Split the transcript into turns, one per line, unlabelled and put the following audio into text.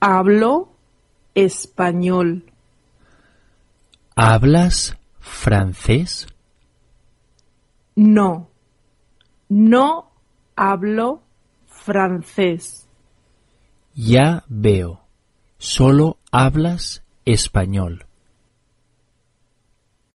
Hablo español.
¿Hablas francés?
No, no hablo francés.
Ya veo. Solo hablas español.